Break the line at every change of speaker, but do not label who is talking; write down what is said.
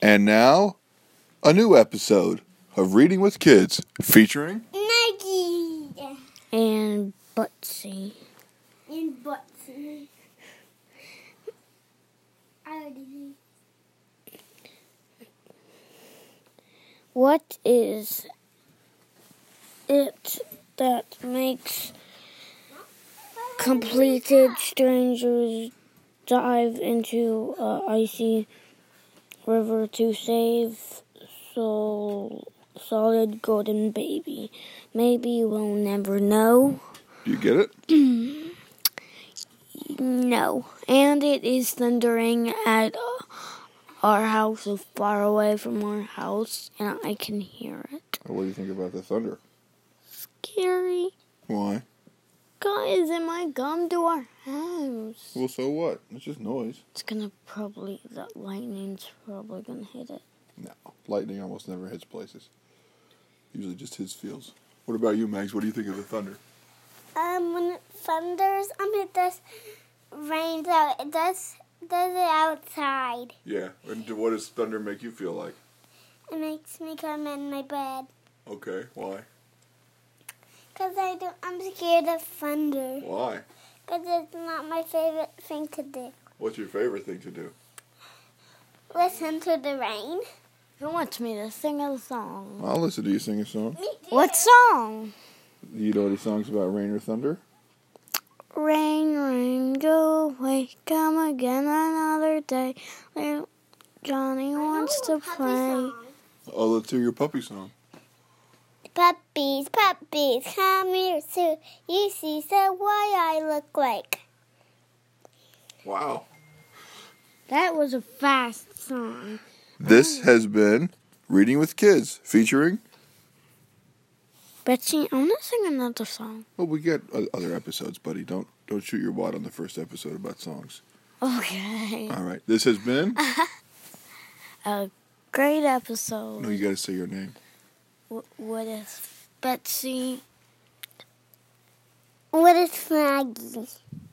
And now, a new episode of Reading with Kids featuring
Nike
And Butsy.
and Butsy. I already
What is it that makes completed strangers dive into a icy river to save soul, solid golden baby? Maybe we'll never know.
Do you get it?
No. And it is thundering at our house, so far away from our house, and I can hear it.
What do you think about the thunder?
Scary.
Why?
Guys, it might come to our house.
Well, so what? It's just noise.
It's gonna probably, that lightning's probably gonna hit it.
No, lightning almost never hits places. Usually just hits fields. What about you, Mags? What do you think of the thunder?
Um, when it thunders, I mean, it does rains out. It does does it outside.
Yeah. And do- what does thunder make you feel like?
It makes me come in my bed
Okay. Why?
because I do. I'm scared of thunder
Why?
because it's not my favorite thing to do.
What's your favorite thing to do?
Listen to the rain.
Who wants me to sing a song?
I'll listen to you sing a song.
What song?
Do you know any songs about rain or thunder?
Rain, rain, go away, come again another day. Little Johnny wants to play.
Oh, let's hear your puppy song.
Puppies, puppies, come here soon. You see, so why I look like.
Wow.
That was a fast song.
This has been Reading with Kids featuring.
Betsy, I wanna sing another song.
Well, we get o- other episodes, buddy. Don't don't shoot your wad on the first episode about songs.
Okay.
All right. This has been.
A great episode.
No, you got to say your name.
Wh- What is Betsy?
What is Maggie?